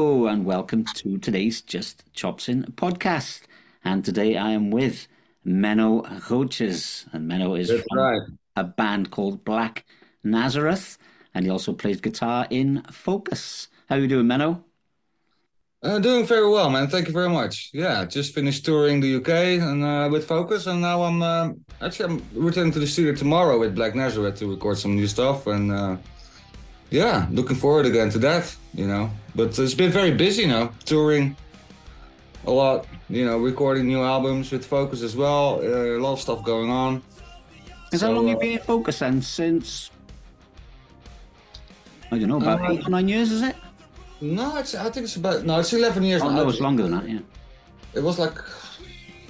welcome to today's Just Chops In podcast. And today I am with Menno Roaches. And Menno is That's from right. a band called Black Nazareth. And he also plays guitar in Focus. How you doing, Menno? Uh, doing very well, man. Thank you very much. Yeah, just finished touring the UK and uh, with Focus, and now I'm uh, actually I'm returning to the studio tomorrow with Black Nazareth to record some new stuff, and uh, yeah, looking forward again to that. You know, but it's been very busy, you know, touring a lot, you know, recording new albums with Focus as well. Uh, a lot of stuff going on. Is how So, long uh, you been in Focus then? Since, I don't know, about Uh, eight or nine years, is it? No, it's, I think it's about no, it's eleven years. Oh, now. no, it's longer than that, yeah. it was like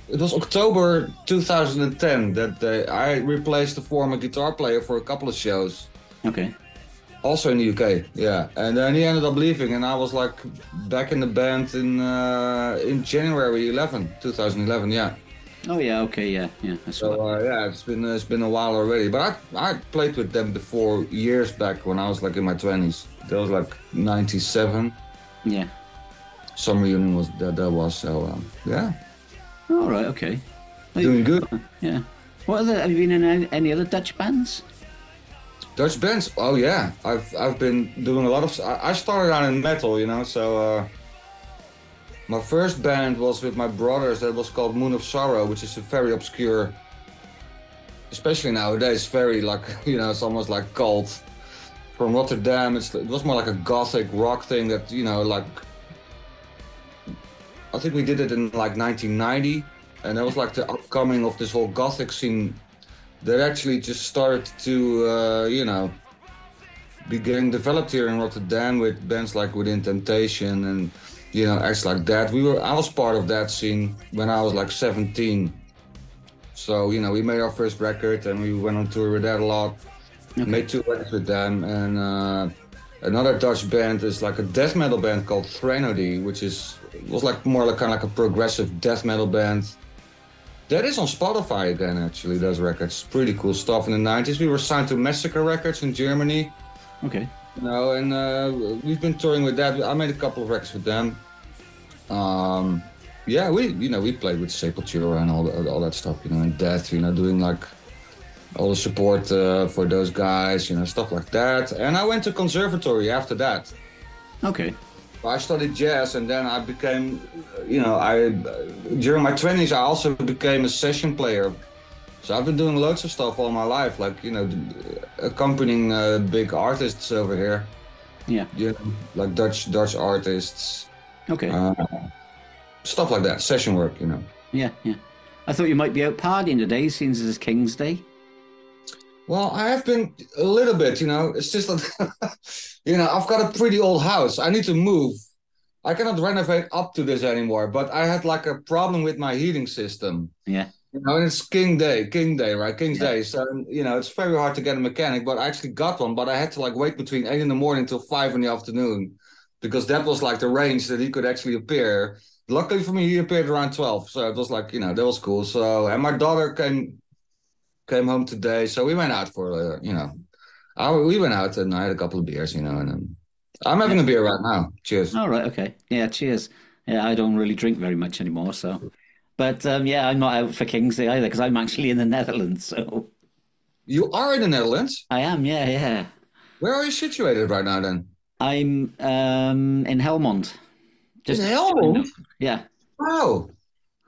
it was October 2010 that they, I replaced the former guitar player for a couple of shows, Okay. also in the UK. Yeah, and then he ended up leaving, and I was like back in the band in uh, in January 11, 2011. Yeah. Oh, yeah, okay, yeah, yeah. I saw So that. uh, yeah, it's been it's been a while already. But I I played with them before years back when I was like in my 20s. That was like 97. Yeah. Some reunion was that that was so um, yeah, All right, okay. doing good. Yeah. What other, have you been in any, any other Dutch bands? Dutch bands. Oh yeah, I've I've been doing a lot of. I I started out in metal, you know. So uh, my first band was with my brothers. That was called Moon of Sorrow, which is a very obscure, especially nowadays, very like you know, it's almost like cult from Rotterdam. It's, it was more like a gothic rock thing that you know, like I think we did it in like 1990, and that was like the upcoming of this whole gothic scene that actually just started to, uh, you know, be getting developed here in Rotterdam with bands like Within Temptation and, you know, acts like that. We were, I was part of that scene when I was like 17. So, you know, we made our first record and we went on tour with that a lot. Made two records with them. And uh, another Dutch band is like a death metal band called Threnody, which is, was like more like kind of like a progressive death metal band. That is on Spotify again, actually, those records. Pretty cool stuff in the 90s. We were signed to Massacre Records in Germany. Okay. You know, and uh, we've been touring with that. I made a couple of records with them. Um, yeah, we, you know, we played with Sepultura and all, the, all that stuff, you know, and Death, you know, doing like all the support uh, for those guys, you know, stuff like that. And I went to conservatory after that. Okay. I studied jazz, and then I became, you know, I during my twenties I also became a session player. So I've been doing loads of stuff all my life, like you know, accompanying uh, big artists over here, Yeah. you know, like Dutch Dutch artists, Okay. uh, stuff like that, session work, you know. yeah, yeah. I thought you might be out partying today since it's King's Day. Well, I have been a little bit, you know. It's just that, you know, I've got a pretty old house. I need to move. I cannot renovate up to this anymore. But I had like a problem with my heating system. Yeah. You know, and it's King Day, King Day, right? King's Yeah. Day. So you know, it's very hard to get a mechanic. But I actually got one. But I had to like wait between eight in the morning till five in the afternoon, because that was like the range that he could actually appear. Luckily for me, he appeared around twelve. So it was like you know that was cool. So and my daughter came came home today, so we went out for uh, you know, I, we went out and I had a couple of beers, you know, and um, I'm having a beer right now. Cheers. All right, okay. Yeah, cheers. Yeah, I don't really drink very much anymore, so. But um, yeah, I'm not out for King's Day either because I'm actually in the Netherlands, so. You are in the Netherlands. I am, yeah, yeah. Where are you situated right now then? I'm um, in Helmond. In Helmond? Yeah. Oh,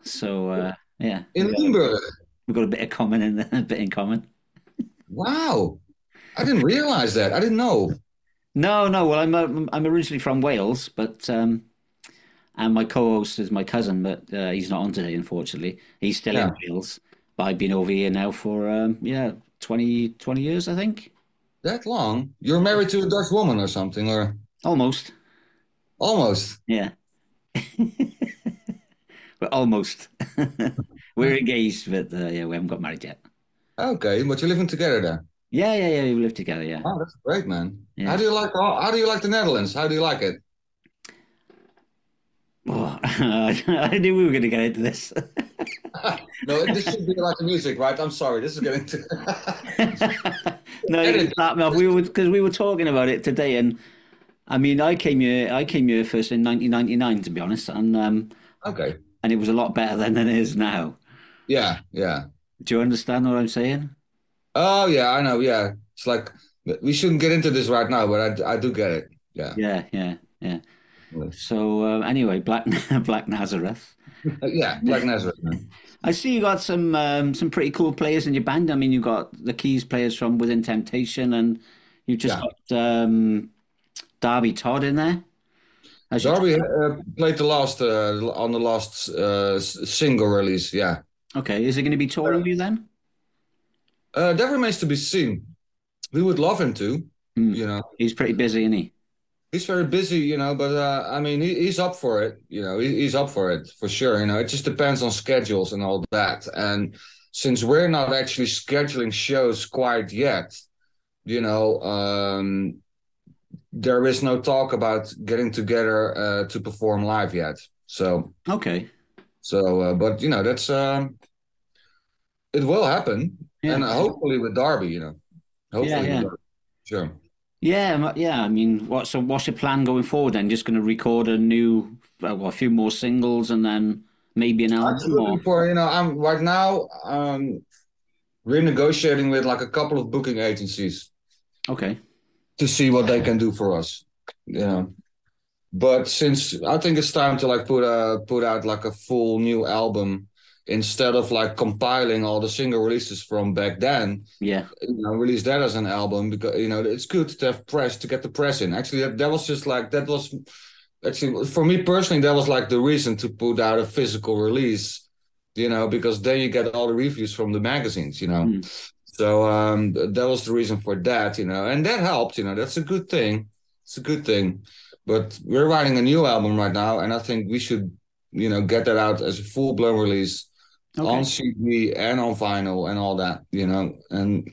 So, uh, yeah. in We've got- Limburg. We've got a bit of common in a bit in common. Wow. I didn't realize that. I didn't know. No, no. Well, I'm uh, I'm originally from Wales, but um, and my co-host is my cousin, but uh, he's not on today, unfortunately. He's still in Wales, but I've been over here now for um, yeah, 20, 20 years, I think, That long. You're married to a Dutch woman or something, or almost. almost. Yeah, we're almost. We're engaged, but uh, yeah, we haven't got married yet. Okay, but you're living together there. Yeah, yeah, yeah. We live together. Yeah. Oh, that's great, man. Yeah. How do you like how, do you like the Netherlands? How do you like it? Oh, I knew we were going to get into this. No, this should be like the music, right? I'm sorry, this is getting too no, you can start me off. We were because we were talking about it today, and I mean, I came here. I came here first in 1999, to be honest, and um, Okay. and it was a lot better then than it is now. Yeah, yeah. Do you understand what I'm saying? Oh, yeah, I know. Yeah. It's like we shouldn't get into this right now, but I, I do get it. Yeah. Yeah, yeah, yeah. Yeah. So uh, anyway, Black Black Nazareth. Yeah. Black Nazareth. man. I see you got some um, some pretty cool players in your band. I mean, you got the keys players from Within Temptation, and you just Yeah. got um, Darby Todd in there. As you- Darby uh, played the last uh, on the last uh, s- single release. Yeah. okay, is it going to be touring with you then? Uh, that remains to be seen. We would love him to. Hmm. You know, He's pretty busy, isn't he? he's very busy. You know, but uh, I mean, he, he's up for it. You know, he, he's up for it for sure. You know, it just depends on schedules and all that. And since we're not actually scheduling shows quite yet, you know, um, there is no talk about getting together uh, to perform live yet. So Okay, So, uh, but you know, that's um, it will happen, yeah, and uh, hopefully with Derby, you know, hopefully Yeah, with yeah. Derby. sure. yeah, m- yeah. I mean, what so what's your plan going forward? Then just going to record a new, uh, well, a few more singles, and then maybe an I'm just album. looking Or... for you know, I'm right now um, renegotiating with like a couple of booking agencies Okay, to see what they can do for us, you know. But since I think it's time to like put a put out like a full new album instead of like compiling all the single releases from back then. yeah, you know, release that as an album because you know it's good to have press to get the press in. Actually, that, that was just like that was actually for me personally that was like the reason to put out a physical release, you know, because then you get all the reviews from the magazines, you know. Mm. So um, th- that was the reason for that, you know, and that helped, you know. That's a good thing. It's a good thing, but we're writing a new album right now, and I think we should, you know, get that out as a full blown release on okay, CD and on vinyl and all that, you know, and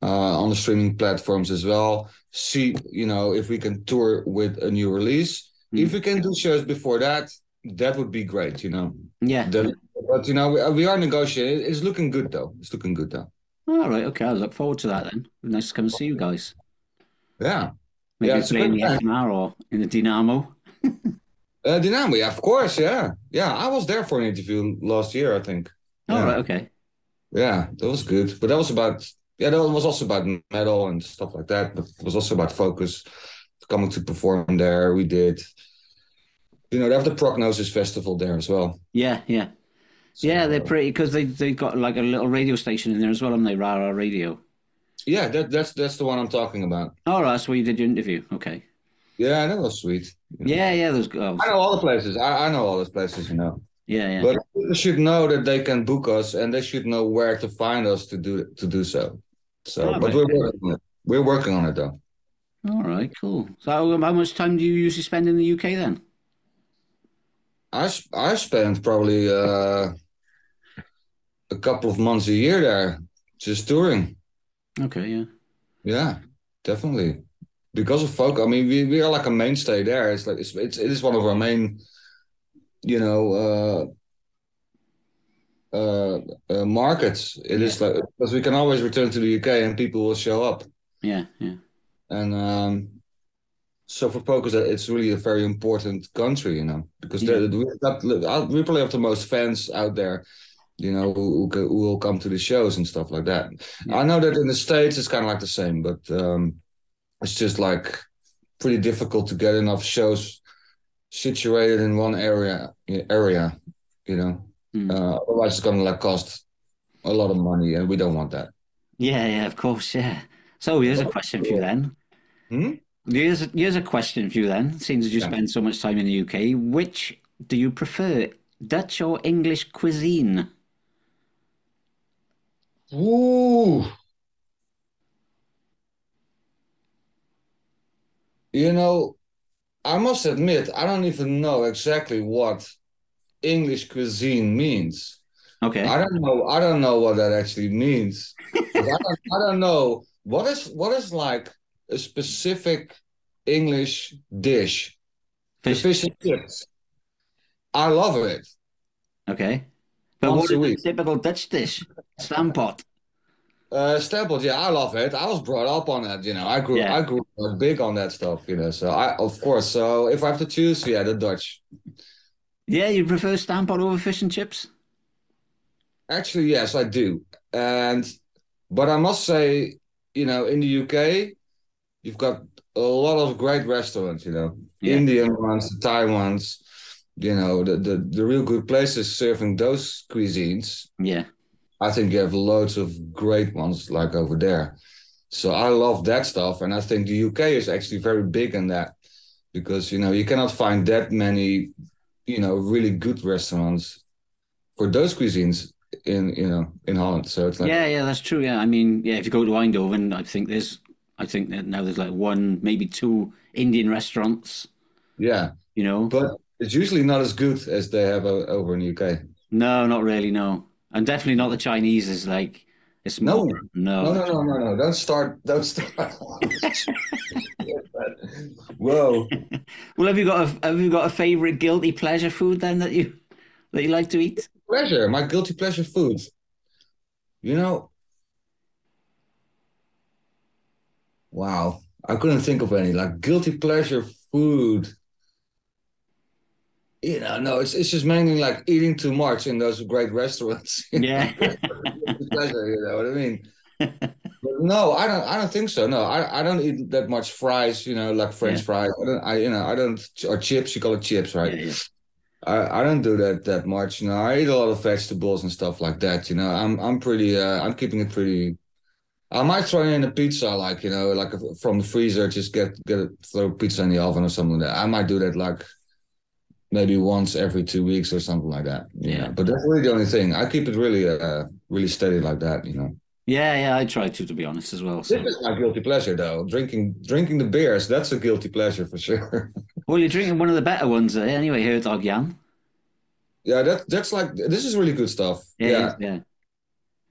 uh, on the streaming platforms as well. See, you know, if we can tour with a new release. Mm. If we can do shows before that, that would be great, you know. yeah. That- but you know, we, we are negotiating. It's looking good though. It's looking good though. All right, okay. I look forward to that then. Nice to come and see you guys. Yeah, Maybe Yeah, yeah, it's a play in the good time. FNR or in the Dynamo. uh, Dynamo, yeah, of course, yeah, yeah. I was there for an interview last year, I think. All Yeah. right, okay. Yeah, that was good. But that was about yeah, that was also about metal and stuff like that. But it was also about focus coming to perform there. We did, you know, they have the Prognosis Festival there as well. Yeah, yeah, So, yeah. They're uh, pretty because they they got like a little radio station in there as well, haven't they? Rara Radio. yeah, that, that's that's the one I'm talking about. All right, that's where you did your interview. Okay. Yeah, that was sweet. Yeah, yeah. There's oh, I know all the places. I, I know all those places, you know. yeah, yeah. But people should know that they can book us and they should know where to find us to do to do so. So, Oh, right. but we're working on it. We're working on it though. All right, cool. So um, how much time do you usually spend in the UK then? I sp- I spent probably uh, a couple of months a year there, just touring. Okay, yeah, Yeah, definitely. Because of folk, I mean, we, we are like a mainstay there. It's like it's, it's it is one of our main, you know, uh, uh, uh markets. It is like because we can always return to the UK and people will show up. yeah, yeah. And um, so for pokers, uh, it's really a very important country, you know, because Yeah. there we got- uh, we probably have the most fans out there, you know, who, who, co- who will come to the shows and stuff like that. Yeah. I know that in the States it's kind of like the same, but um, it's just like pretty difficult to get enough shows situated in one area, area, you know. Mm. Uh, otherwise, it's gonna like cost a lot of money, and we don't want that. Yeah, yeah, of course, yeah. So here's a question for you then. Hmm? Here's here's a question for you then. Since you Yeah. spend so much time in the UK, which do you prefer, Dutch or English cuisine? Ooh. You know, I must admit, I don't even know exactly what English cuisine means. Okay. I don't know. I don't know what that actually means. 'Cause I don't, I don't know what is what is like a specific English dish. The Fish. fish and chips. I love it. Okay. But Once what a is a week. typical Dutch dish? Stampot. Uh, Stampede, yeah, I love it. I was brought up on it, you know. I grew, Yeah. I grew up big on that stuff, you know. So I, of course, so if I have to choose, yeah, the Dutch. Yeah, you prefer Stampot over fish and chips? Actually, yes, I do. And but I must say, you know, in the UK, you've got a lot of great restaurants, you know, Yeah. Indian ones, the Thai ones, you know, the, the the real good places serving those cuisines. Yeah. I think you have loads of great ones like over there. So I love that stuff, and I think the UK is actually very big in that because you know you cannot find that many, you know, really good restaurants for those cuisines in you know in Holland. So it's like Yeah, yeah, that's true. Yeah, I mean, yeah, if you go to Eindhoven, I think there's, I think that now there's like one, maybe two Indian restaurants. yeah, You know, but it's usually not as good as they have o- over in the UK. no, not really, no, and definitely not the Chinese. Is like it's No. more, no, No, no, no, no, no! Don't start! Don't start! Whoa. Well, have you got a have you got a favorite guilty pleasure food then that you that you like to eat? pleasure, my guilty pleasure food. You know, wow, I couldn't think of any like guilty pleasure food. You know, no, it's it's just mainly like eating too much in those great restaurants. Yeah, Guilty pleasure, you know what I mean? But no, I don't. I don't think so. No, I I don't eat that much fries. You know, like French Yeah. fries. I don't. I you know I don't or chips. You call it chips, right? Yeah, yeah. I, I don't do that that much. You know, I eat a lot of vegetables and stuff like that. You know, I'm I'm pretty uh, I'm keeping it pretty. I might throw in a pizza, like you know, like a, from the freezer, just get get a, throw a pizza in the oven or something like that. I might do that like maybe once every two weeks or something like that. you Yeah. know. but that's really the only thing. I keep it really uh really steady like that. You know, yeah, yeah. I try to, to be honest, as well. So, this is my guilty pleasure though. Drinking drinking the beers, that's a guilty pleasure for sure. well, you're drinking one of the better ones eh? anyway. Here, dog Jan. yeah, that that's like this is really good stuff. yeah. Yeah, yeah,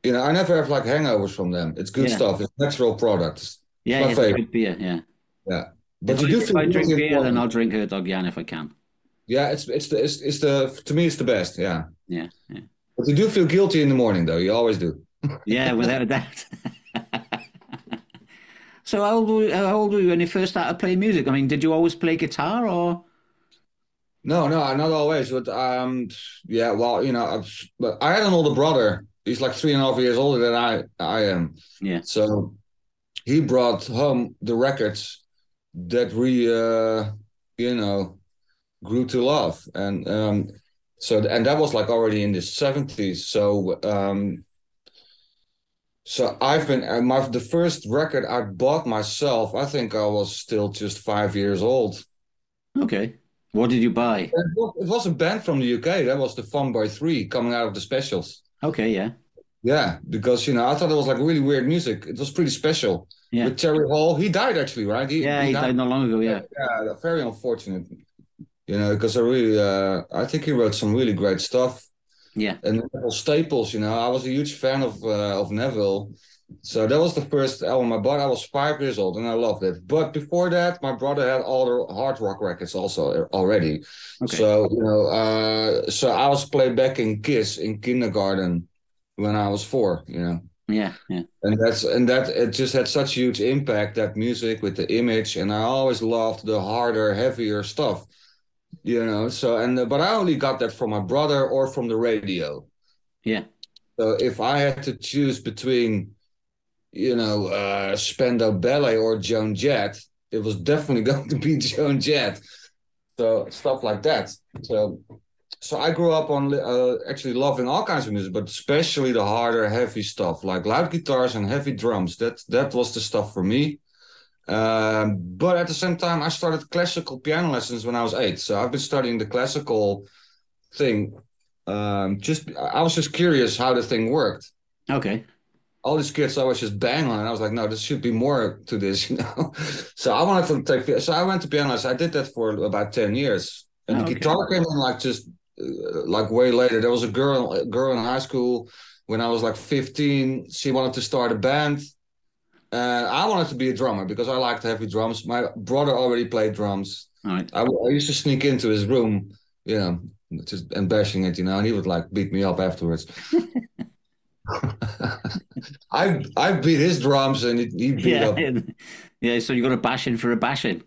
You know, I never have like hangovers from them. It's good Yeah. stuff. It's natural products. yeah. my yeah, it's a favourite. good beer. Yeah, But if you I, do if feel I drink guilty beer, then about- I'll drink her dog Jan if I can. Yeah, it's it's the it's, it's the to me it's the best. Yeah. Yeah, yeah. But you do feel guilty in the morning though. You always do. Yeah, without a doubt. so how old, were you, how old were you when you first started playing music? I mean, did you always play guitar or? No, no, uh, not always. But um, yeah. Well, you know, I, but I had an older brother. He's like three and a half years older than I I am. Yeah. So he brought home the records that we uh you know grew to love and um so and that was like already in the 70s so um so i've been uh, my the first record i bought myself i think i was still just five years old Okay. What did you buy? it was, it was a band from the UK. That was the Fun Boy Three coming out of the specials. Okay, yeah. Yeah, because you know I thought it was like really weird music. It was pretty special. Yeah. With Terry Hall, he died actually, right? Yeah, he died not long ago, yeah. Yeah, very unfortunate. You know, because I really, uh, I think he wrote some really great stuff. Yeah. And Neville Staples, you know, I was a huge fan of uh, of Neville. So that was the first album I bought. I was five years old and I loved it. But before that, my brother had all the hard rock records also uh, already. Okay. So you know, uh, so I was playing back in Kiss in kindergarten when I was four. You know, yeah, yeah. and that's and that it just had such huge impact that music with the image, and I always loved the harder, heavier stuff. You know, so and uh, but I only got that from my brother or from the radio. Yeah. So if I had to choose between, you know, uh, Spandau Ballet or Joan Jett, it was definitely going to be Joan Jett. So stuff like that. So, so I grew up on uh, actually loving all kinds of music, but especially the harder, heavy stuff like loud guitars and heavy drums. That that was the stuff for me. Um, but at the same time, I started classical piano lessons when I was eight. So I've been studying the classical thing. Um, just I was just curious how the thing worked. Okay. All these kids always just bang on, and I was like, no, there should be more to this, you know. so I wanted to take. So I went to piano. lessons. I did that for about ten years, and Oh, the okay. guitar came in like just uh, like way later. There was a girl, a girl in high school when I was like fifteen. She wanted to start a band. And I wanted to be a drummer because I liked heavy drums. My brother already played drums. All right. I, I used to sneak into his room, you know, just and bashing it, you know, and he would like beat me up afterwards. I I beat his drums and he, he beat yeah, up. yeah. So you got a bashing for a bashing.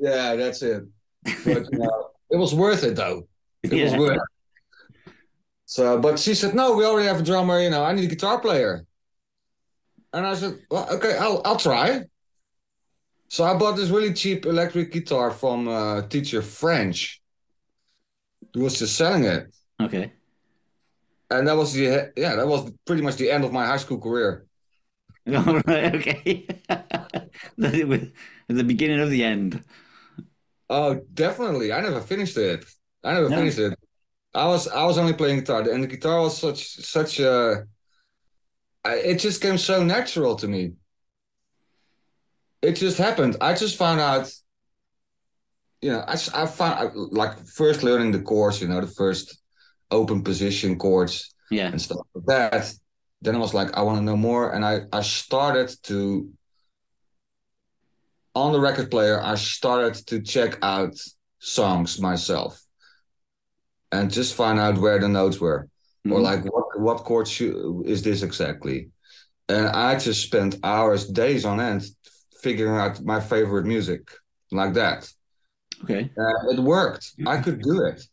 Yeah, that's it. But you know, it was worth it though. It was Yeah. worth. It. So, but she said, "No, we already have a drummer. You know, I need a guitar player." And I said, "Well, okay, I'll I'll try." So I bought this really cheap electric guitar from uh, teacher French, who was just selling it. Okay. And that was the yeah, that was pretty much the end of my high school career. All right. Okay. It was the beginning of the end. Oh, definitely. I never finished it. I never No. finished it. I was I was only playing guitar, and the guitar was such such a. I, it just came so natural to me. It just happened. I just found out. You know, I s- I found I- like first learning the chords. You know, the first open position chords Yeah. and stuff like that. Then I was like, I want to know more, and I I started to on the record player. I started to check out songs myself, and just find out where the notes were, or Mhm. like what what chord shou- is this exactly. And I just spent hours, days on end, figuring out my favorite music like that. Okay. Uh, it worked. I could do it.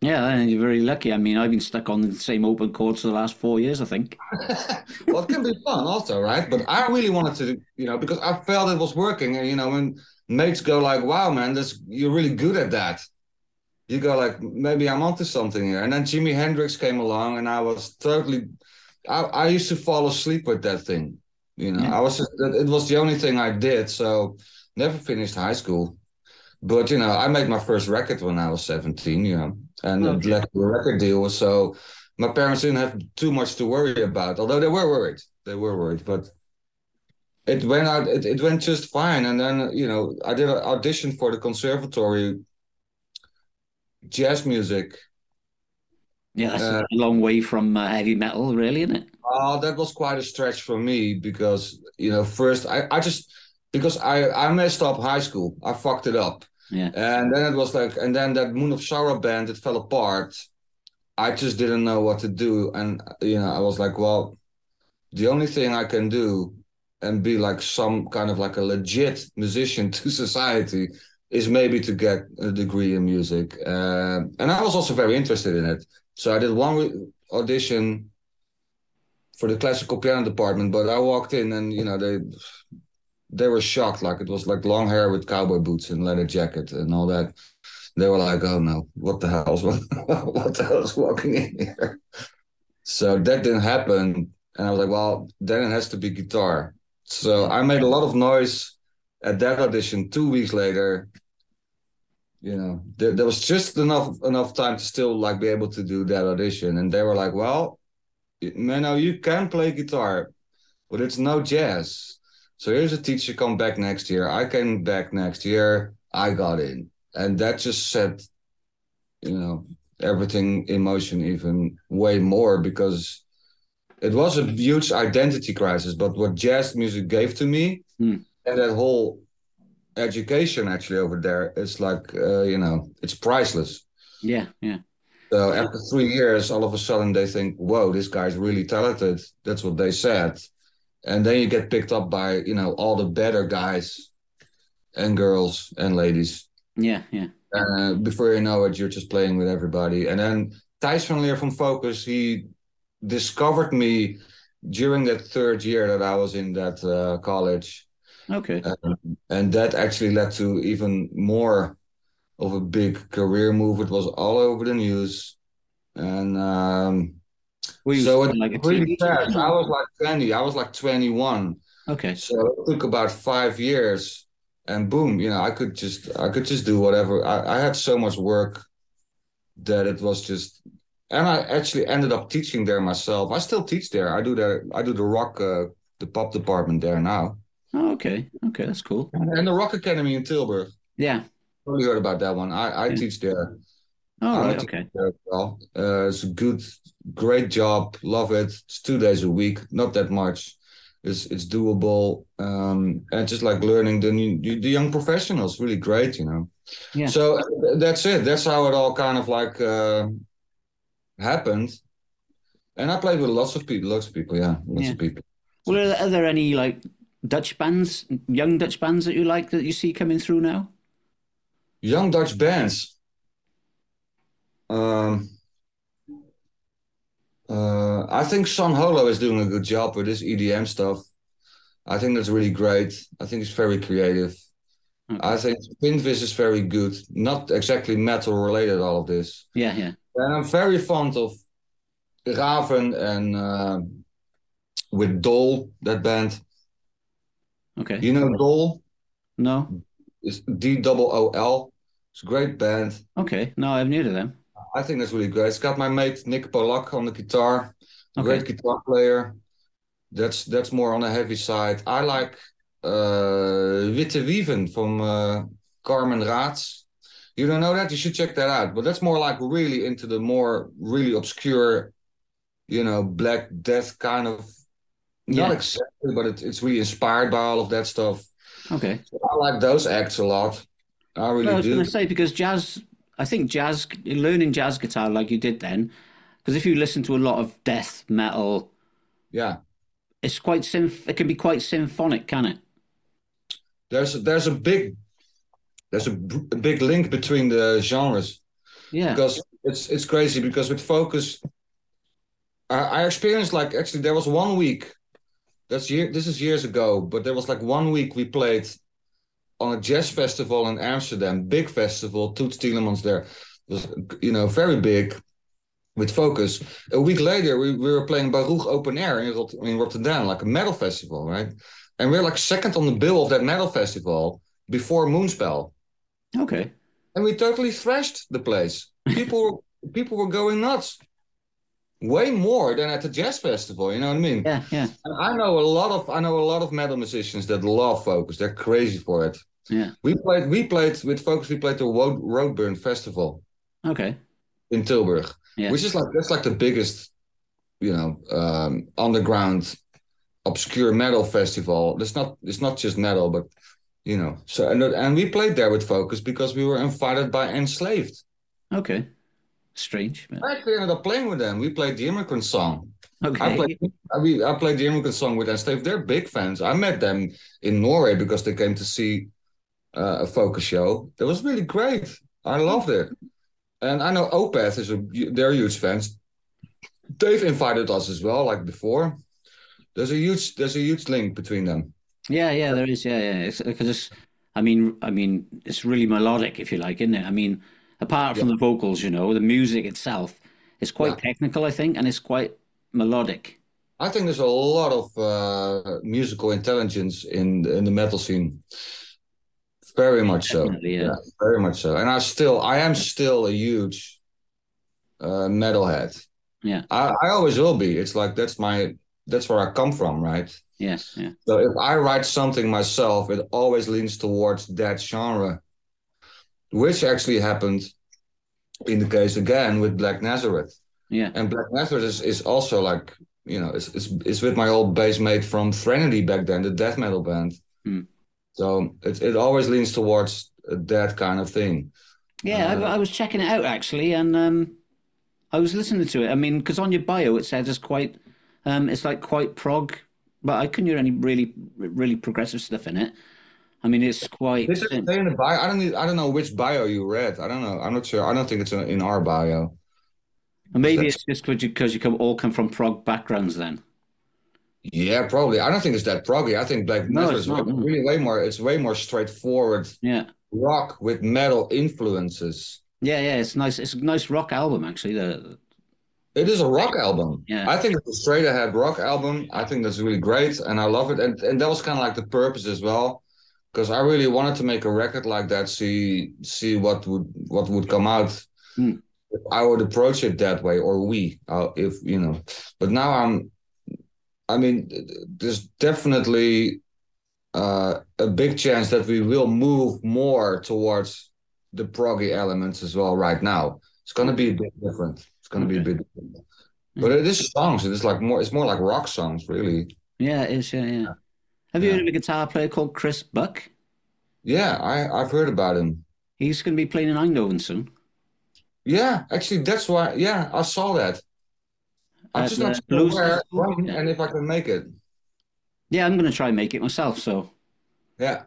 Yeah, and you're very lucky. I mean, I've been stuck on the same open chords for the last four years, I think. well, it can be fun also, right? But I really wanted to, you know, because I felt it was working. And you know, when mates go like, "Wow, man, this you're really good at that," you go like, "Maybe I'm onto something here." And then Jimi Hendrix came along, and I was totally, I, I used to fall asleep with that thing. You know, Yeah. I was just, it it was the only thing I did. So never finished high school. But you know, I made my first record when I was 17, you know, and Okay. the record- the record deal was so my parents didn't have too much to worry about although they were worried they were worried but it went out it, it went just fine and then you know i did an audition for the conservatory jazz music Yeah, that's Uh, a long way from uh, heavy metal, really, isn't it? uh, that was quite a stretch for me because you know first i, I just because I, I messed up high school i fucked it up Yeah. and then it was like and then that moon of sorrow band it fell apart i just didn't know what to do and you know i was like well the only thing I can do and be like some kind of like a legit musician to society is maybe to get a degree in music. Um and I was also very interested in it. So I did one re- audition for the classical piano department, but I walked in and you know they they were shocked. Like it was like long hair with cowboy boots and leather jacket and all that. They were like, "Oh no, what the hell's what the hell's walking in here?" So that didn't happen, and I was like, "Well, then it has to be guitar." So I made a lot of noise at that audition. Two weeks later, you know, there, there was just enough enough time to still like be able to do that audition, and they were like, "Well, Menno, you can play guitar, but it's no jazz." So here's a teacher come back next year. I came back next year. I got in, and that just set, you know, everything in motion even way more because it was a huge identity crisis. But what jazz music gave to me Hmm. and that whole education actually over there, it's like uh, you know, it's priceless. Yeah, yeah. So after three years, all of a sudden they think, "Whoa, this guy's really talented." That's what they said, and then you get picked up by you know all the better guys and girls and ladies. Yeah, yeah. Uh, before you know it, you're just playing with everybody. And then Thijs van Leer from Focus, he discovered me during that third year that I was in that uh, college, Okay. Um, and that actually led to even more of a big career move. It was all over the news, and. Um, Were you so it like a really teenager fast. then, I or- was like 20. I was like 21. Okay. So it took about five years, and boom, you know, I could just, I could just do whatever. I, I had so much work that it was just, and I actually ended up teaching there myself. I still teach there. I do the, I do the rock, uh, the pop department there now, Oh, okay. Okay, that's cool. and the Rock Academy in Tilburg. Yeah. Probably heard about that one. I, I Yeah. teach there. All I right. teach Okay. there as well. Uh, it's a good, great job. Love it. It's two days a week, not that much. It's it's doable. Um, and just like learning the new, the young professionals, really great, you know. Yeah. So uh, that's it. That's how it all kind of like uh, happened. And I played with lots of people, lots of people, yeah, lots Yeah. of people. Well, are there, are there any like Dutch bands, young Dutch bands that you like that you see coming through now? Young Dutch bands. Um, uh, I think Son Holo is doing a good job with this EDM stuff. I think that's really great. I think he's very creative. Okay. I think Pinvis is very good. Not exactly metal related, all of this. Yeah, yeah, And I'm very fond of Raven and uh, with Dol, that band. okay. You know Dol? No, It's D double O L. It's a great band. okay. No, I've never heard of them. I think that's really great. It's got my mate Nick Polak on the guitar, a Okay. great guitar player. That's that's more on the heavy side. I like uh, Witte Wieven from uh, Carmen Raats. You don't know that? You should check that out. But that's more like really into the more really obscure, you know, black death kind of. Not Yeah. exactly, but it, it's really inspired by all of that stuff. Okay. I like those acts a lot. I really Well, I was do. going to say because jazz, I think jazz, learning jazz guitar like you did then, because if you listen to a lot of death metal, Yeah. it's quite symph. It can be quite symphonic, can it? there's a, there's a big there's a, b- a big link between the genres Yeah. because it's it's crazy because with focus I, I experienced like actually there was one week that's year this is years ago but there was like one week we played on a jazz festival in Amsterdam big festival Toots Tielemans there was you know very big with focus a week later we, we were playing Baruch open air in, Rot- in Rotterdam like a metal festival right and we're like second on the bill of that metal festival before Moonspell Okay. and we totally thrashed the place. People people were going nuts, way more than at the jazz festival. You know what I mean? Yeah, yeah, And I know a lot of I know a lot of metal musicians that love Focus. They're crazy for it. yeah. We played we played with Focus. We played the Road, Roadburn Festival Okay. in Tilburg, Yeah. which is like that's like the biggest, you know, um, underground obscure metal festival. It's not it's not just metal, but you know. So and, and we played there with Focus because we were invited by Enslaved. Okay. Strange. But... I actually ended up playing with them. We played the immigrant song. I Okay. played, I, mean, I played the immigrant song with them. Steve, they're big fans. I met them in Norway because they came to see uh, a focus show. That was really great. I loved it. And I know Opeth is a, they're huge fans. They've invited us as well, like before. There's a huge there's a huge link between them. Yeah, yeah, there is. Yeah, yeah. It's because it's. I mean, I mean, it's really melodic, if you like, isn't it? I mean, apart from the vocals, you know, the music itself is quite technical, I think, and it's quite melodic. I think there's a lot of uh, musical intelligence in in the metal scene. Very much so. Definitely, yeah. very much so. And I still, I am still a huge uh, metalhead. Yeah. I, I always will be. It's like that's my that's where I come from, right? Yeah, yeah, So if I write something myself, it always leans towards that genre, which actually happened in the case again with Black Nazareth. yeah. And Black Method is, is also like, you know, it's, it's, it's with my old bass mate from Threnody back then, the death metal band. Hmm. So it, it always leans towards that kind of thing. Yeah, I, Uh, I was checking it out actually, and um, I was listening to it. I mean, because on your bio it said it's quite, um, it's like quite prog, but I couldn't hear any really, really progressive stuff in it. I mean, it's quite. This is sim- in the bio. I don't need, I don't know which bio you read. I don't know. I'm not sure. I don't think it's in, in our bio. and Maybe that's- it's just because you, 'cause you come all come from prog backgrounds then. Yeah, probably. I don't think it's that proggy. I think Black No, Method it's is not, no. really way more. It's way more straightforward Yeah. rock with metal influences. Yeah, yeah, it's nice. It's a nice rock album, actually. The It is a rock album. Yeah. I think it's a straight ahead rock album. I think that's really great and I love it. And and that was kind of like the purpose as well. Because I really wanted to make a record like that, see see what would what would come out. Hmm. If I would approach it that way, or we, uh, if you know. But now I'm, I mean, there's definitely uh, a big chance that we will move more towards the proggy elements as well. Right now, it's going to be a bit different. It's going to be a bit different. Mm-hmm. But it is songs. It is like more. It's more like rock songs, really. yeah, it is. Yeah, yeah. Have you Yeah. heard of a guitar player called Chris Buck? Yeah, I I've heard about him. He's going to be playing in Eindhoven soon. Yeah, actually, that's why. Yeah, I saw that. I'm Uh, just the not sure blues- where when and if I can make it. Yeah, I'm going to try and make it myself. So Yeah.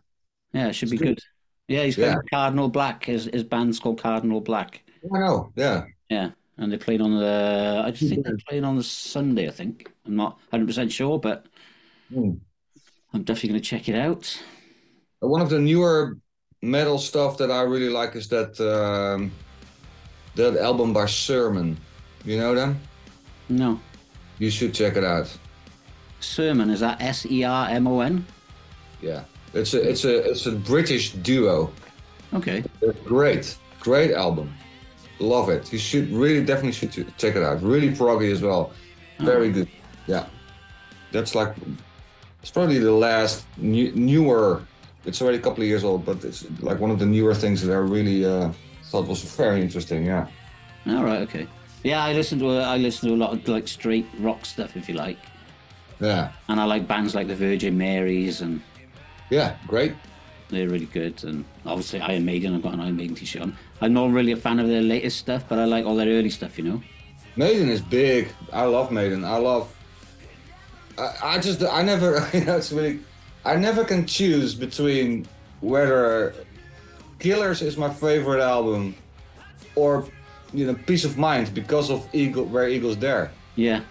yeah, it should be It's good. good. Yeah, he's got Yeah. Cardinal Black. His his band's called Cardinal Black. I know. Yeah. Yeah, and they're playing on the. I just think they're playing on the Sunday. I think I'm not 100 percent sure, but Hmm. I'm definitely going to check it out. One of the newer metal stuff that I really like is that um, that album by Sermon. You know them? No, You should check it out. Sermon is that S E R M O N? Yeah. It's a it's a it's a British duo. Okay, It's great, great album. Love it. You should really definitely should ch- check it out. Really proggy as well. Very good. Yeah, that's like it's probably the last new, newer. It's already a couple of years old, but it's like one of the newer things that I really uh, thought was very interesting. Yeah. all right, okay. Yeah, I listen to a, I listen to a lot of like straight rock stuff, if you like, Yeah. and I like bands like the Virgin Marys, and Yeah. Great. they're really good. And obviously Iron Maiden, I've got an Iron Maiden t-shirt on. I'm not really a fan of their latest stuff, but I like all their early stuff. You know? Maiden is big. I love Maiden. I love. I, I just I never you know, it's really I never can choose between whether Killers is my favorite album or you know Peace of Mind because of Eagle where Eagles there. Yeah,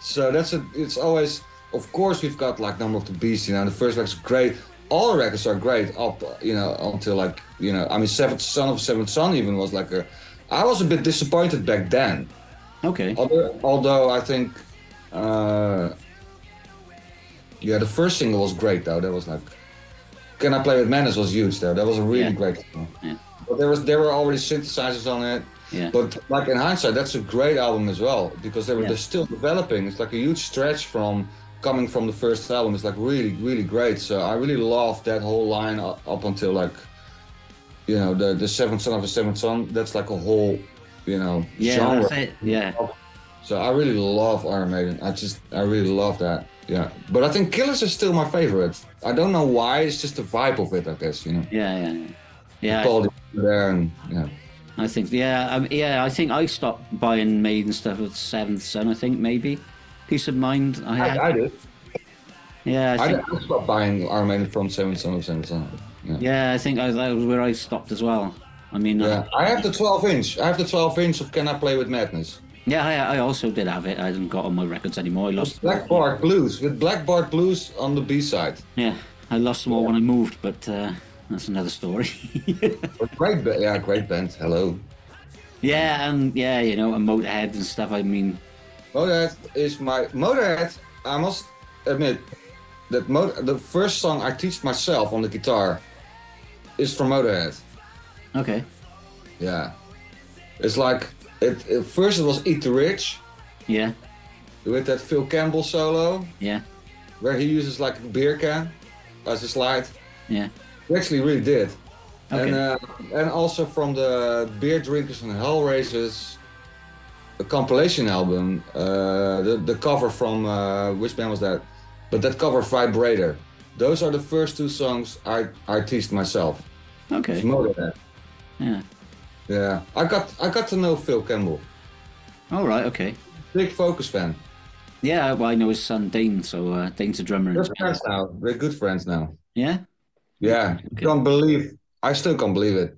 So that's a, it's always of course we've got like Number of the Beast. You know the first record's great. All records are great up you know until like you know I mean Seventh Son of Seventh Son even was like a I was a bit disappointed back then. okay, Although, although I think, uh, yeah, the first single was great though. That was like, "Can I Play with Madness" was huge though. That was a really Yeah. great song. Yeah. But there was there were already synthesizers on it. yeah, But like in hindsight, that's a great album as well because they were Yeah. they're still developing. It's like a huge stretch from coming from the first album. It's like really really great. So I really loved that whole line up, up until like, you know, the the seventh son of a seventh son. That's like a whole, you know, yeah, genre. that's it. Yeah, So I really love Iron Maiden. I just I really love that. Yeah. But I think Killers is still my favorite. I don't know why. It's just the vibe of it, I guess. You know. yeah, yeah, yeah. yeah. I- Paul is there and yeah. I think, yeah, um, yeah. I think I stopped buying Maiden stuff with Seventh Son. I think maybe Peace of Mind. I, had. I, I did. yeah, I I, think, I stopped buying Iron Maiden from Seven Son of Seven Son. Yeah. yeah, I think I, that was where I stopped as well. I mean, Yeah. uh, I have the 12 inch. I have the 12 inch of Can I Play with Madness? yeah, I, I also did have it. I didn't got all my records anymore. I lost. Black Bart Blues with Black Bart Blues on the B side. Yeah, I lost them all when I moved, but uh, that's another story. Great, ba- yeah, great band. Hello. yeah, and yeah, you know, and Motorhead and stuff. I mean, Motorhead is my Motorhead. I must admit that Mo- the first song I teach myself on the guitar is from Motorhead. okay, Yeah, it's like it, at first it was "Eat the Rich" yeah, with that Phil Campbell solo yeah, where he uses like a beer can as a slide. yeah, He actually really did. okay, And uh, and also from the Beer Drinkers and Hellraisers a compilation album, uh, the, the cover from uh, which band was that? But that cover Vibrator. Those are the first two songs I I teased myself. It's okay, Motorhead. yeah. Yeah, I got I got to know Phil Campbell. All right, okay. Big Focus fan. Yeah, well, I know his son Dane, so uh, Dane's a drummer. in We're his band. friends now. We're good friends now. Yeah. Yeah, Okay. can't believe. I still can't believe it,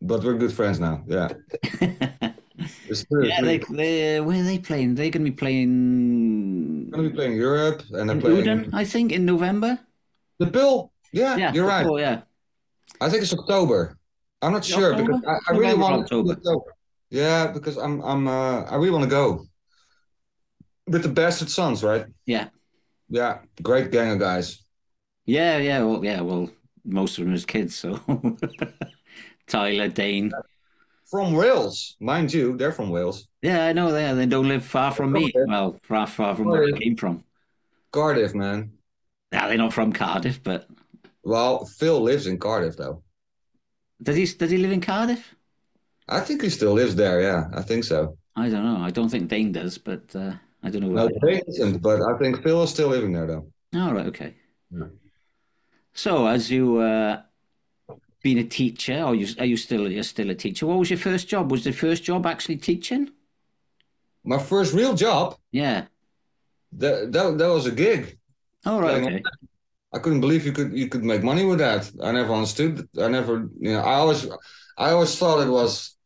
but we're good friends now. Yeah, it's true. yeah, they, they, where are they playing? They're going to be playing We're gonna be playing Europe and they're in playing Udon, I think, in November. The bill? Yeah, Yeah, you're right. Oh, yeah. I think it's October. I'm not Is it sure October? because I, I really November, want October. October. Yeah, because I'm I'm uh, I really want to go. With the Bastard Sons, right? Yeah. Yeah, great gang of guys. Yeah, yeah. Well, yeah, well, most of them is kids, so. Tyler, Dane. From Wales, mind you, they're from Wales. Yeah, I know they are. They don't live far from me. Okay. Oh, Well, far, far from where I came from. Cardiff, man. Yeah, they're not from Cardiff, but. Well, Phil lives in Cardiff though. Does he, does he live in Cardiff? I think he still lives there, yeah. I think so. I don't know. I don't think Dane does, but uh, I don't know. No, whether- Dave isn't, but I think Phil is still living there though. All right, okay. Yeah. So, as you uh, been a teacher, or you are you still you're still a teacher? What was your first job? Was the first job actually teaching? my first real job, Yeah. that that, that was a gig. All right. Playing Okay. I couldn't believe you could you could make money with that. I never understood. I never, you know, I always, I always thought it was,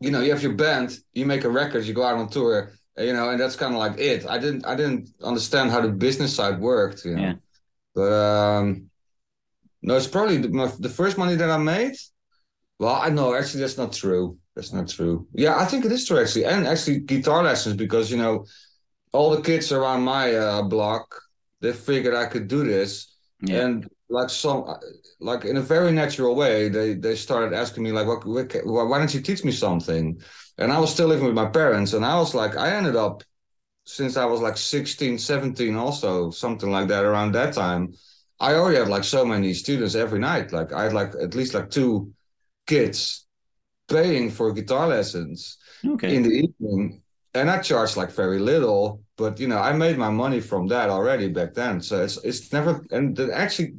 you know, you have your band, you make a record, you go out on tour, you know, and that's kind of like it. I didn't, I didn't understand how the business side worked. You know? Yeah. But um, no, it's probably the, my, the first money that I made. Well, I know actually that's not true. That's not true. Yeah, I think it is true actually, and actually guitar lessons because you know, all the kids around my uh, block they figured I could do this, Yeah. and like some, like in a very natural way, they they started asking me like, what, what, why don't you teach me something? And I was still living with my parents, and I was like, I ended up since I was like 16, 17, also something like that around that time. I already had like so many students every night. Like I had like at least like two kids paying for guitar lessons Okay. in the evening. And I charged like very little, but you know, I made my money from that already back then. So it's it's never and it actually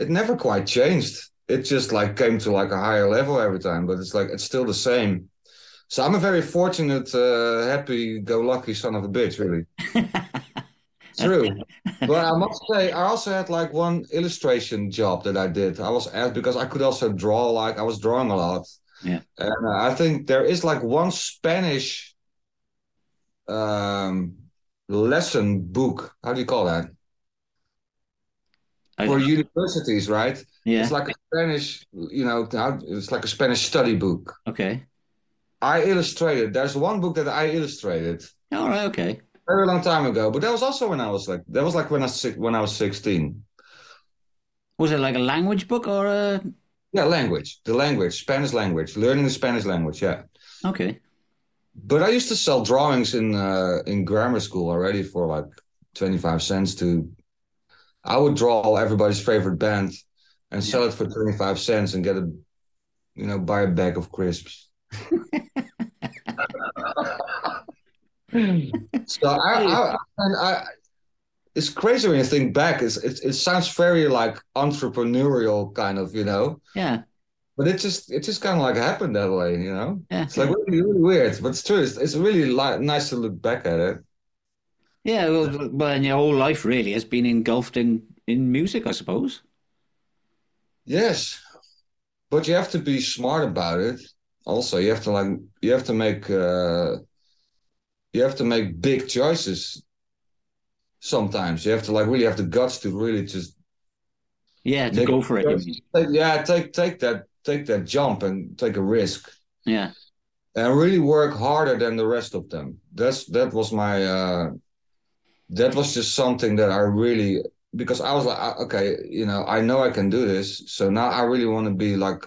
it never quite changed. It just like came to like a higher level every time, but it's like it's still the same. So I'm a very fortunate, uh, happy go lucky son of a bitch, really. True. But I must say, I also had like one illustration job that I did. I was asked because I could also draw, like, I was drawing a lot. Yeah. And uh, I think there is like one Spanish um, lesson book. How do you call that? I- For universities, right? yeah. It's like a Spanish, you know, how- it's like a Spanish study book. Okay. I illustrated, there's one book that I illustrated All right. Okay. very long time ago, but that was also when I was like, that was like when I, was six- when I was 16. Was it like a language book or uh, a? Yeah, language, the language, Spanish language, learning the Spanish language. Yeah, Okay. but I used to sell drawings in uh, in grammar school already for like twenty five cents. To I would draw everybody's favorite band and sell it for twenty five cents and get a you know buy a bag of crisps. so I, I, and I, it's crazy when you think back. It's, it it sounds very like entrepreneurial kind of you know. Yeah. But it just it just kind of like happened that way, you know. Yeah. It's like really, really weird, but it's true. It's, it's really li- nice to look back at it. Yeah. Well, well, and your whole life really has been engulfed in in music, I suppose. Yes, but you have to be smart about it. Also, you have to like you have to make uh, you have to make big choices. Sometimes you have to like really have the guts to really just Yeah. To Make- go for it. You mean. take, yeah take take that take that jump and take a risk. Yeah. and really work harder than the rest of them. That's that was my uh, that was just something that I really because I was like, I- okay, you know, I know I can do this, so now I really want to be like,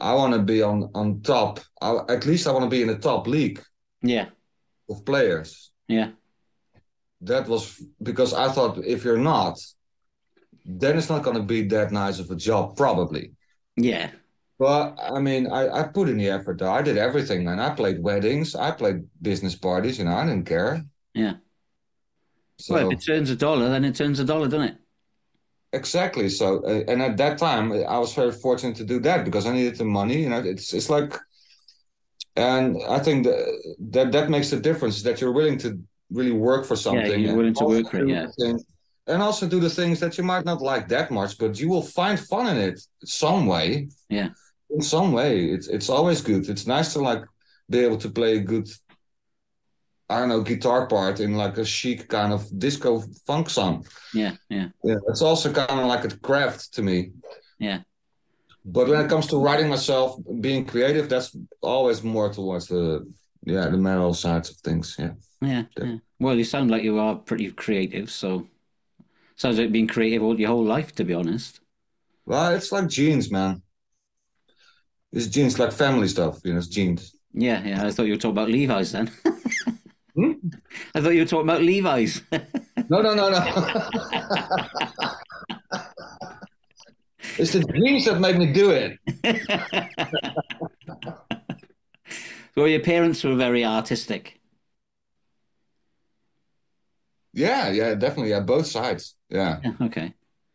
I want to be on on top. I, at least I want to be in the top league Yeah. of players. Yeah. That was because I thought if you're not, then it's not going to be that nice of a job, probably. Yeah. Well, I mean, I, I put in the effort though. I did everything, man. I played weddings, I played business parties, you know, I didn't care. Yeah. So well, if it turns a dollar, then it turns a dollar, doesn't it? exactly. So, uh, and at that time, I was very fortunate to do that because I needed the money. You know, it's it's like, and I think that that, that makes the difference that you're willing to really work for something. you're and willing to also work for it, do yeah. the things- and also do the things that you might not like that much, but you will find fun in it some way. Yeah. in some way it's it's always good it's nice to like be able to play a good i don't know guitar part in like a chic kind of disco funk song Yeah. Yeah. yeah it's also kind of like a craft to me Yeah. but when it comes to writing myself being creative that's always more towards the yeah the metal sides of things yeah Yeah, Yeah. yeah. Well, you sound like you are pretty creative, so sounds like you've been creative all your whole life, to be honest. well it's like genes man it's genes like family stuff you know it's genes Yeah, yeah. I thought you were talking about Levi's then. Hmm? I thought you were talking about Levi's. No, no, no, no. it's the dreams that made me do it. well, your parents were very artistic. Yeah, yeah, definitely. Yeah, both sides. Yeah, Yeah, okay,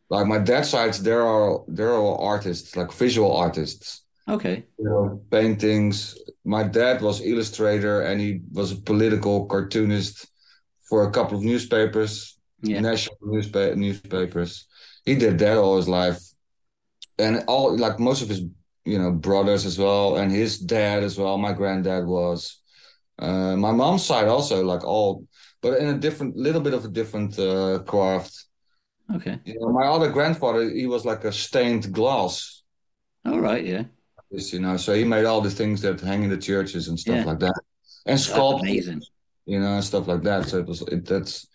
like my dad's sides, there are there are artists, like visual artists, okay. you know, paintings, my dad was illustrator and he was a political cartoonist for a couple of newspapers, Yeah. national newspa- newspapers. He did that all his life, and all like most of his you know brothers as well, and his dad as well. My granddad was, uh, my mom's side also like all, but in a different, little bit of a different uh, craft. Okay. You know, my other grandfather, he was like a stained glass. All right. Yeah. This, you know, so he made all the things that hang in the churches and stuff Yeah. like that, and That's sculpted amazing. you know, and stuff like that. So it was it, that's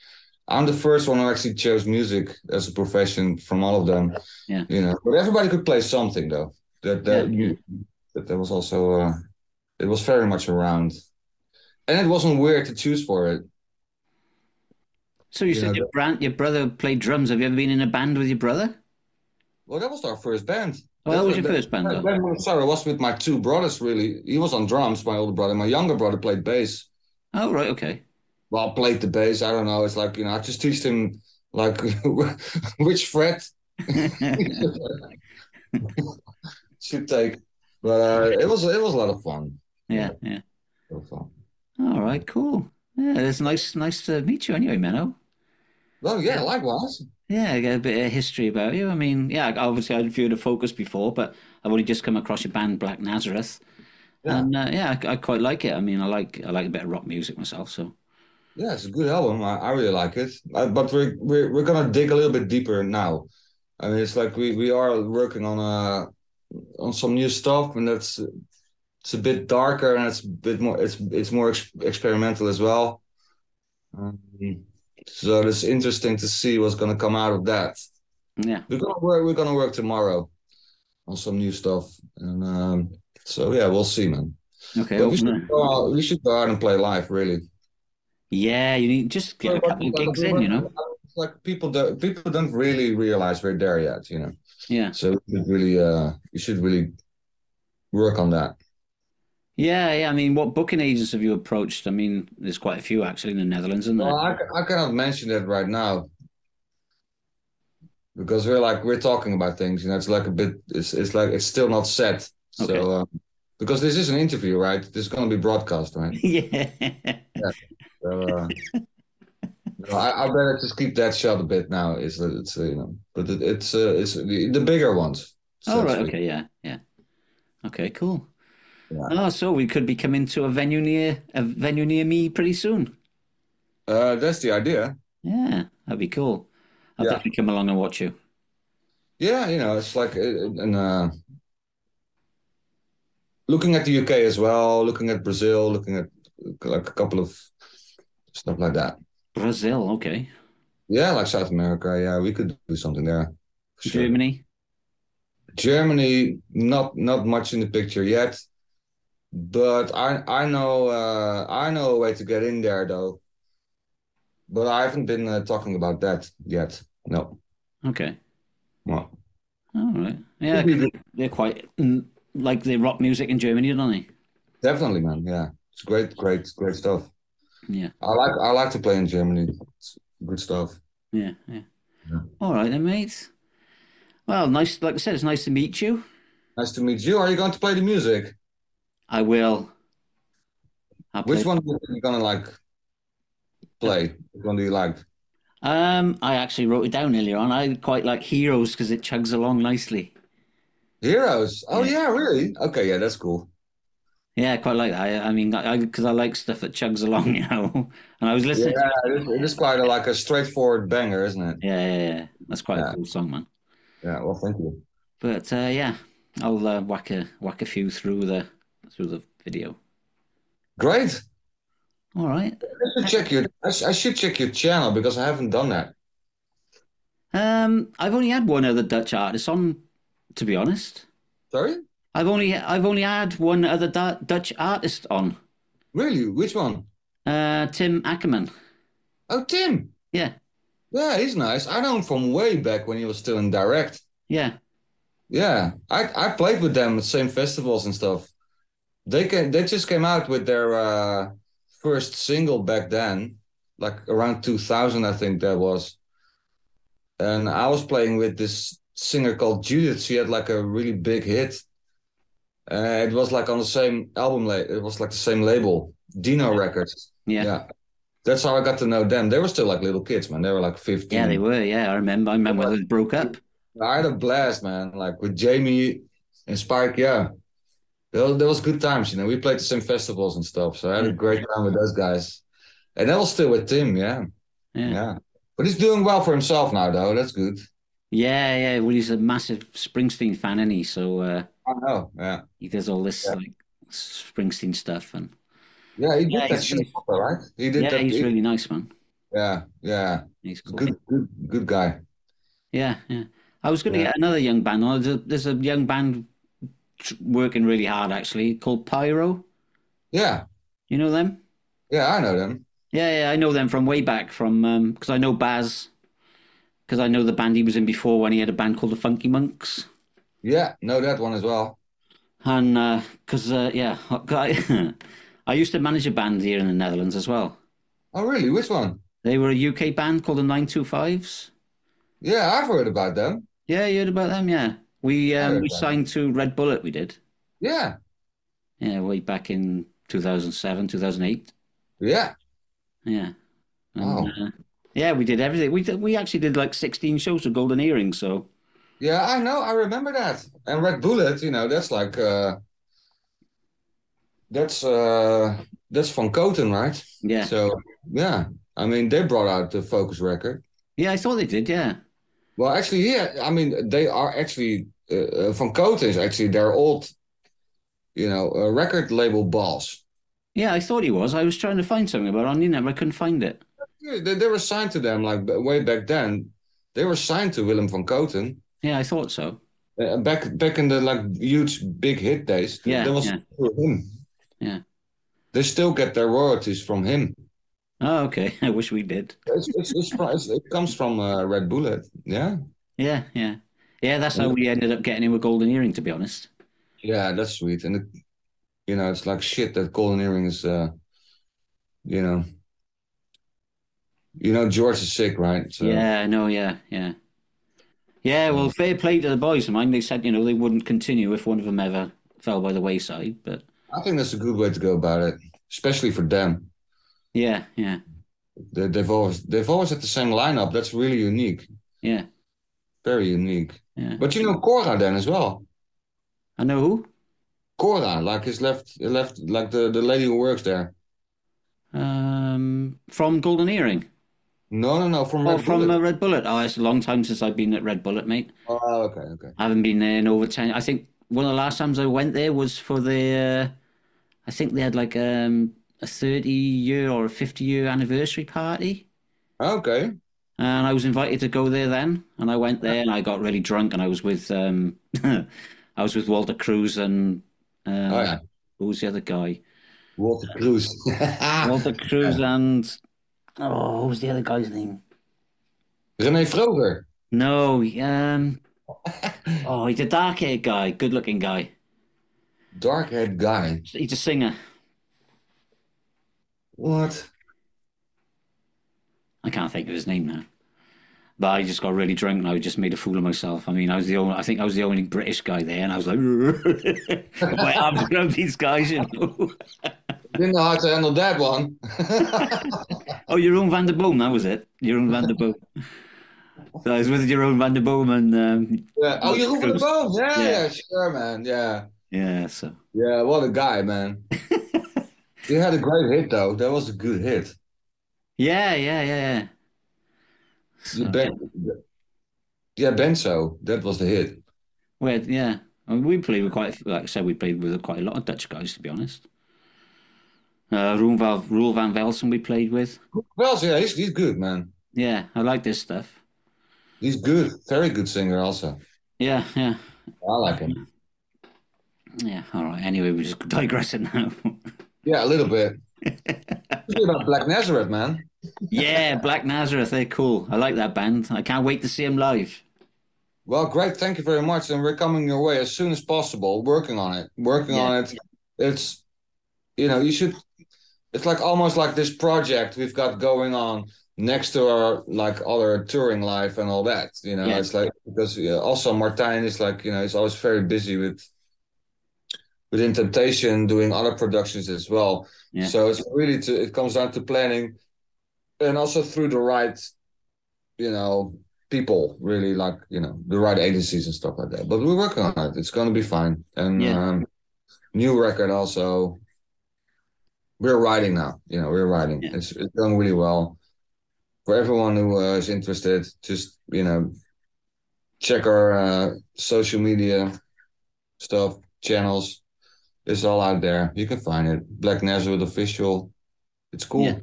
I'm the first one who actually chose music as a profession from all of them. Yeah. You know, but everybody could play something though. That that Yeah. you that there was also uh, it was very much around, and it wasn't weird to choose for it. So you Yeah, said your, brand, your brother played drums. Have you ever been in a band with your brother? Well, that was our first band. Well, that was That- your first band, that- though. that- Sorry, I was with my two brothers. Really, he was on drums. My older brother, my younger brother played bass. Oh, right. Okay. well, played the bass. I don't know. It's like you know, I just teach him like which fret should take. But uh, it was it was a lot of fun. yeah. Yeah. A lot of fun. All right. Cool. Yeah. It's nice. Nice to meet you. Anyway, Menno. Well, yeah, likewise. Yeah, I get a bit of history about you. I mean, yeah, obviously I'd viewed a focus before, but I've only just come across your band Black Nazareth, Yeah. and uh, yeah, I, I quite like it. I mean, I like I like a bit of rock music myself, so Yeah, it's a good album. I, I really like it. Uh, but we're, we're we're gonna dig a little bit deeper now. I mean, it's like we we are working on uh on some new stuff, and that's it's a bit darker and it's a bit more it's it's more ex experimental as well. Um, so it's interesting to see what's gonna come out of that. yeah, We're gonna work. We're gonna work tomorrow on some new stuff, and um, so yeah, we'll see, man. okay. But well, we should go out. We should go out and play live, really. yeah, you need just get a couple of gigs in, you know. uh, It's Like people don't people don't really realize we're there yet, you know. Yeah, So we should really, uh, we should really work on that. yeah, yeah. I mean, what booking agents have you approached? I mean, there's quite a few actually in the Netherlands, isn't Well, there? I, I cannot mention that right now because we're like we're talking about things, you know. It's like a bit. It's it's like it's still not set. Okay. So um, because this is an interview, right? This is going to be broadcast, right? yeah, So, uh, no, I, I better just keep that shut a bit now. Is that it's uh, you know, but it, it's uh, it's the, the bigger ones. So all it's Oh, right, like- okay, yeah, yeah, okay, cool. Yeah. Oh, so we could be coming to a venue near a venue near me pretty soon. Uh, that's the idea. Yeah, that'd be cool. I'll Yeah. definitely come along and watch you. Yeah, you know, it's like uh, and uh, looking at the UK as well, looking at Brazil, looking at uh, like a couple of stuff like that. Brazil, okay. Yeah, like South America. Yeah, we could do something there. for sure. Germany. Germany, not not much in the picture yet, but I I know uh, I know a way to get in there though. But I haven't been uh, talking about that yet. No, Okay. no. All right. Yeah, Could be 'cause they're quite mm, like they rock music in Germany, don't they? definitely, man. Yeah, it's great, great, great stuff. Yeah. I like I like to play in Germany. It's good stuff. Yeah. Yeah. Yeah. All right then, mate. Well, nice. Like I said, it's nice to meet you. Nice to meet you. Are you going to play the music? I will. I'll Which play- one are you gonna like play? Which one do you like? Um, I actually wrote it down earlier on. I quite like Heroes because it chugs along nicely. Heroes. Oh Yeah. yeah, really? Okay, yeah, that's cool. Yeah, I quite like that. I, I mean, I because I, like stuff that chugs along, you know. And I was Yeah, listening. to it is, it is quite a, like a straightforward banger, isn't it? yeah, yeah, yeah. That's quite Yeah. a cool song, man. Yeah, well, thank you. But uh, yeah, I'll uh, whack a whack a few through the through the video. Great. All right. I should check your I, sh- I should check your channel because I haven't done that. Um, I've only had one other Dutch artist on, to be honest. Sorry? I've only I've only had one other da- Dutch artist on, Really? Which one? uh, Tim Ackerman. Oh, Tim. Yeah, Yeah, he's nice. I know him from way back when he was still in direct. yeah, Yeah, I I played with them at same festivals and stuff. They can they just came out with their uh, first single back then, like around 2000, I think that was. And I was playing with this singer called Judith. She had like a really big hit, Uh, it was like on the same album. La- it was like the same label, Dino Records. Yeah. yeah. That's how I got to know them. They were still like little kids, man. They were like 15. Yeah, they were. Yeah, I remember. I remember when it broke up. I had a blast, man. Like with Jamie and Spike, yeah. There was, there was good times, you know. We played the same festivals and stuff. So I had a great time with those guys. And that was still with Tim, yeah. Yeah. yeah. But he's doing well for himself now, though. That's good. Yeah, yeah. Well, he's a massive Springsteen fan, isn't he? So uh, I know, yeah. He does all this yeah. like Springsteen stuff and yeah, he did yeah, that shit, really, right? He did. Yeah, that, he's he, really nice, man. Yeah, yeah. He's cool. good, good, good guy. Yeah, yeah. I was going to yeah. get another young band. There's a, there's a young band working really hard actually called Pyro. Yeah. You know them? Yeah, I know them. Yeah, yeah, I know them from way back from because um, I know Baz because I know the band he was in before when he had a band called the Funky Monks. Yeah, know that one as well. And because uh, uh, yeah, I, I used to manage a band here in the Netherlands as well. Oh really? Which one? They were a UK band called the Nine Two Fives. Yeah, I've heard about them. Yeah, you heard about them. Yeah, we um, we signed them. to Red Bullet. We did. Yeah. Yeah, way back in two thousand seven, two thousand eight. Yeah. Yeah. And, wow. Uh, yeah, we did everything. We did, we actually did like sixteen shows with Golden Earring. So. Yeah, I know. I remember that. And Red Bullet, you know, that's like uh, that's uh, that's Van Coten, right? Yeah. So yeah, I mean, they brought out the Focus record. Yeah, I thought they did. Yeah. Well, actually, yeah. I mean, they are actually uh, Van Coten is actually their old, you know, uh, record label boss. Yeah, I thought he was. I was trying to find something about on internet, I couldn't find it. Yeah, they, they, were signed to them like way back then. They were signed to Willem van Coten. Yeah, I thought so. Uh, back back in the like huge big hit days. Yeah, there was yeah. him. Yeah. They still get their royalties from him. Oh, okay. I wish we did. It's, it's, it's, it comes from uh, Red Bullet. Yeah. Yeah, yeah, yeah. That's how we ended up getting in with Golden Earring, to be honest. Yeah, that's sweet, and it, you know, it's like shit that Golden Earring is, uh, you know, you know, George is sick, right? So. Yeah, I know. Yeah, yeah, yeah. Well, fair play to the boys of mine. They said, you know, they wouldn't continue if one of them ever fell by the wayside. But I think that's a good way to go about it, especially for them. Yeah, yeah. They, they've always they've always had the same lineup. That's really unique. Yeah, very unique. Yeah. But you know Cora then as well. I know who. Cora, like his left left, like the the lady who works there. Um, from Golden Earring. No, no, no, from Oh, Red from Bullet. uh, Red Bullet. Oh, it's a long time since I've been at Red Bullet, mate. Oh, okay, okay. I haven't been there in over ten. I think one of the last times I went there was for the. Uh, I think they had like um, a thirty-year or a fifty-year anniversary party, Okay. and I was invited to go there then. And I went there, and I got really drunk, and I was with um, I was with Walter Cruz and um, Oh, yeah. who was the other guy? Walter Cruz. Ah. Walter Cruz and oh, what was the other guy's name? René Vroger. No, he, um, oh, he's a dark haired guy, good looking guy. Dark haired guy. He's a singer. What? I can't think of his name now. But I just got really drunk and I just made a fool of myself. I mean, I was the only, I think I was the only British guy there, and I was like, my arms around these guys, you know. Didn't know how to handle that one. oh, your own Van der Boom, that was it. Your own Van der Boom. So I was with your own Van der Boom and um, yeah. Oh, you're over the bones. Yeah, Yeah. yeah, sure, man. Yeah. yeah, so Yeah, what a guy, man. he had a great hit, though. That was a good hit. yeah, yeah, yeah, yeah. The Ben- yeah, Benzo. That was the hit. Well, yeah. I mean, we played with quite, like I said, we played with quite a lot of Dutch guys, to be honest. Uh, Roel van, Roel van Velsen we played with. Well, yeah, he's, he's good, man. Yeah, I like this stuff. He's good. Very good singer, also. Yeah, yeah, I like him. yeah. All right. Anyway, we're just digressing now. Yeah, a little bit. It's about Black Nazareth, man. yeah, Black Nazareth, they're cool. I like that band. I can't wait to see them live. Well, great. Thank you very much. And we're coming your way as soon as possible, working on it. Working on it. It's, you know, you should, it's like almost like this project we've got going on next to our like other touring life and all that. You know, Yeah. it's like, because yeah, also Martijn is like, you know, he's always very busy with within Temptation doing other productions as well. Yeah. So it's really to, it comes down to planning, and also through the right, you know, people really like you know the right agencies and stuff like that. But we're working on it. It's going to be fine. And Yeah. um, new record also. We're writing now. You know, we're writing. Yeah. It's it's going really well. For everyone who uh, is interested, just you know, check our uh, social media stuff channels. It's all out there. You can find it. Black Nazareth official. It's cool. Yeah.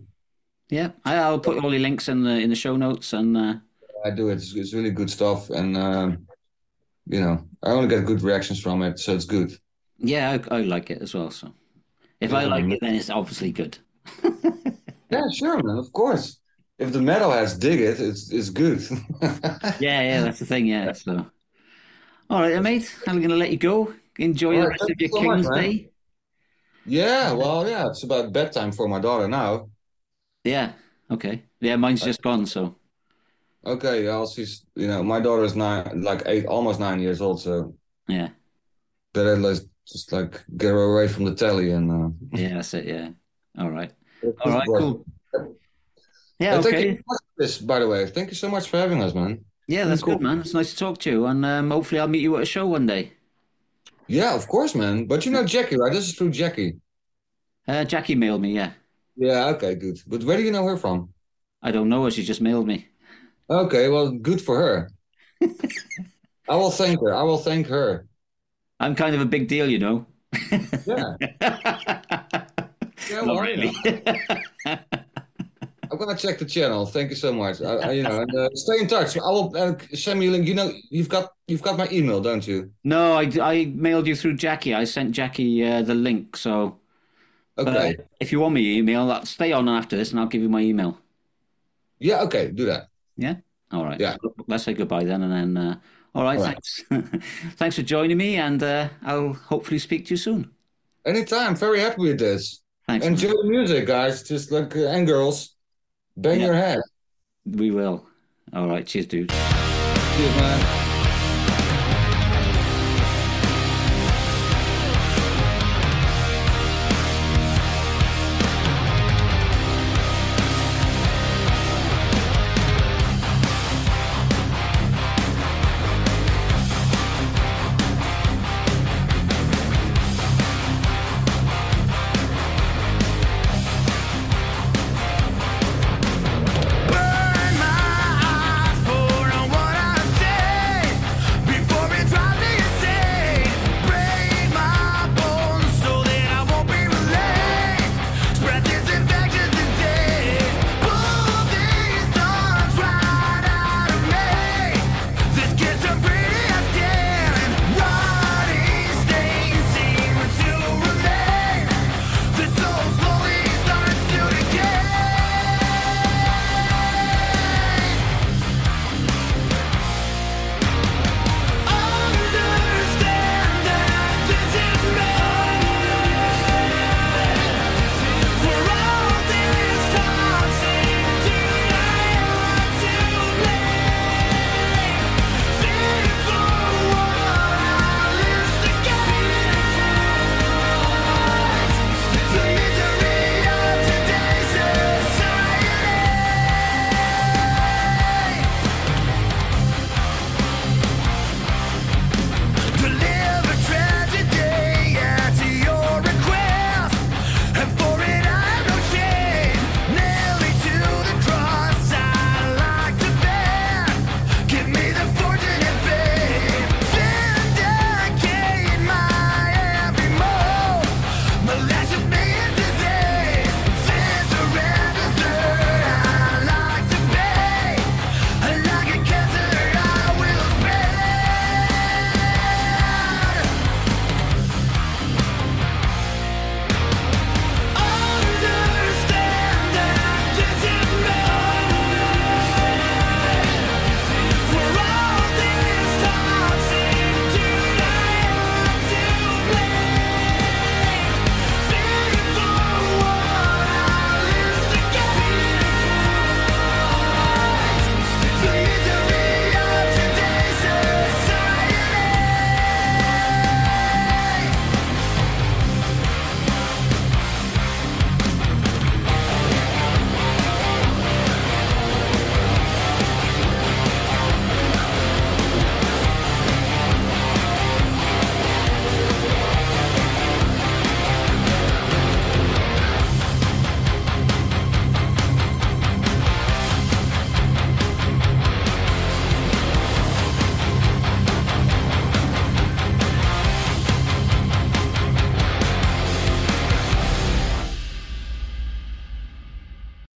Yeah, I, I'll put all the links in the in the show notes, and uh, I do. It's it's really good stuff, and um, you know, I only get good reactions from it, so it's good. yeah, I, I like it as well. So if I like it, then it's obviously good. Yeah, sure, man. Of course. If the metalheads dig it, it's it's good. Yeah, yeah, that's the thing. Yeah, so all right, then, mate, I'm going to let you go. Enjoy All the right, rest of thank your you so King's much, man. Day. yeah, well, yeah. It's about bedtime for my daughter now. Yeah, okay. Yeah, mine's just gone. So Okay, yeah, well, she's you know, my daughter is nine, like eight, almost nine years old, so yeah, better let's just like get her away from the telly and. Uh, yeah, that's it. Yeah, all right, all right, cool. Yeah, Yeah, thank okay. you so much for this, by the way. Thank you so much for having us, man. Yeah, that's Cool. good, man. It's nice to talk to you, and um, hopefully I'll meet you at a show one day. Yeah, of course, man. But you know Jackie, right? This is through Jackie. Uh, Jackie mailed me. Yeah, Yeah, okay, good. But where do you know her from? I don't know her. She just mailed me. Okay, well, good for her. I will thank her. I will thank her. I'm kind of a big deal, you know. Yeah. yeah Not well, really. I'm gonna check the channel. Thank you so much. I, I, you know, and, uh, stay in touch. I will uh, send me a link. You know, you've got you've got my email, don't you? no, I, I mailed you through Jackie. I sent Jackie uh, the link. So but Okay. if you want my email, I'll stay on after this and I'll give you my email. yeah. Okay. Do that. Yeah? All right. Yeah. Let's say goodbye then. And then, uh, all right. All right. thanks. thanks for joining me. And uh, I'll hopefully speak to you soon. Anytime. Very happy with this. Thanks. man. Enjoy the music, guys. Just like uh, and girls, bang Yeah. your head. We will. All right. Cheers, dude. Cheers, man.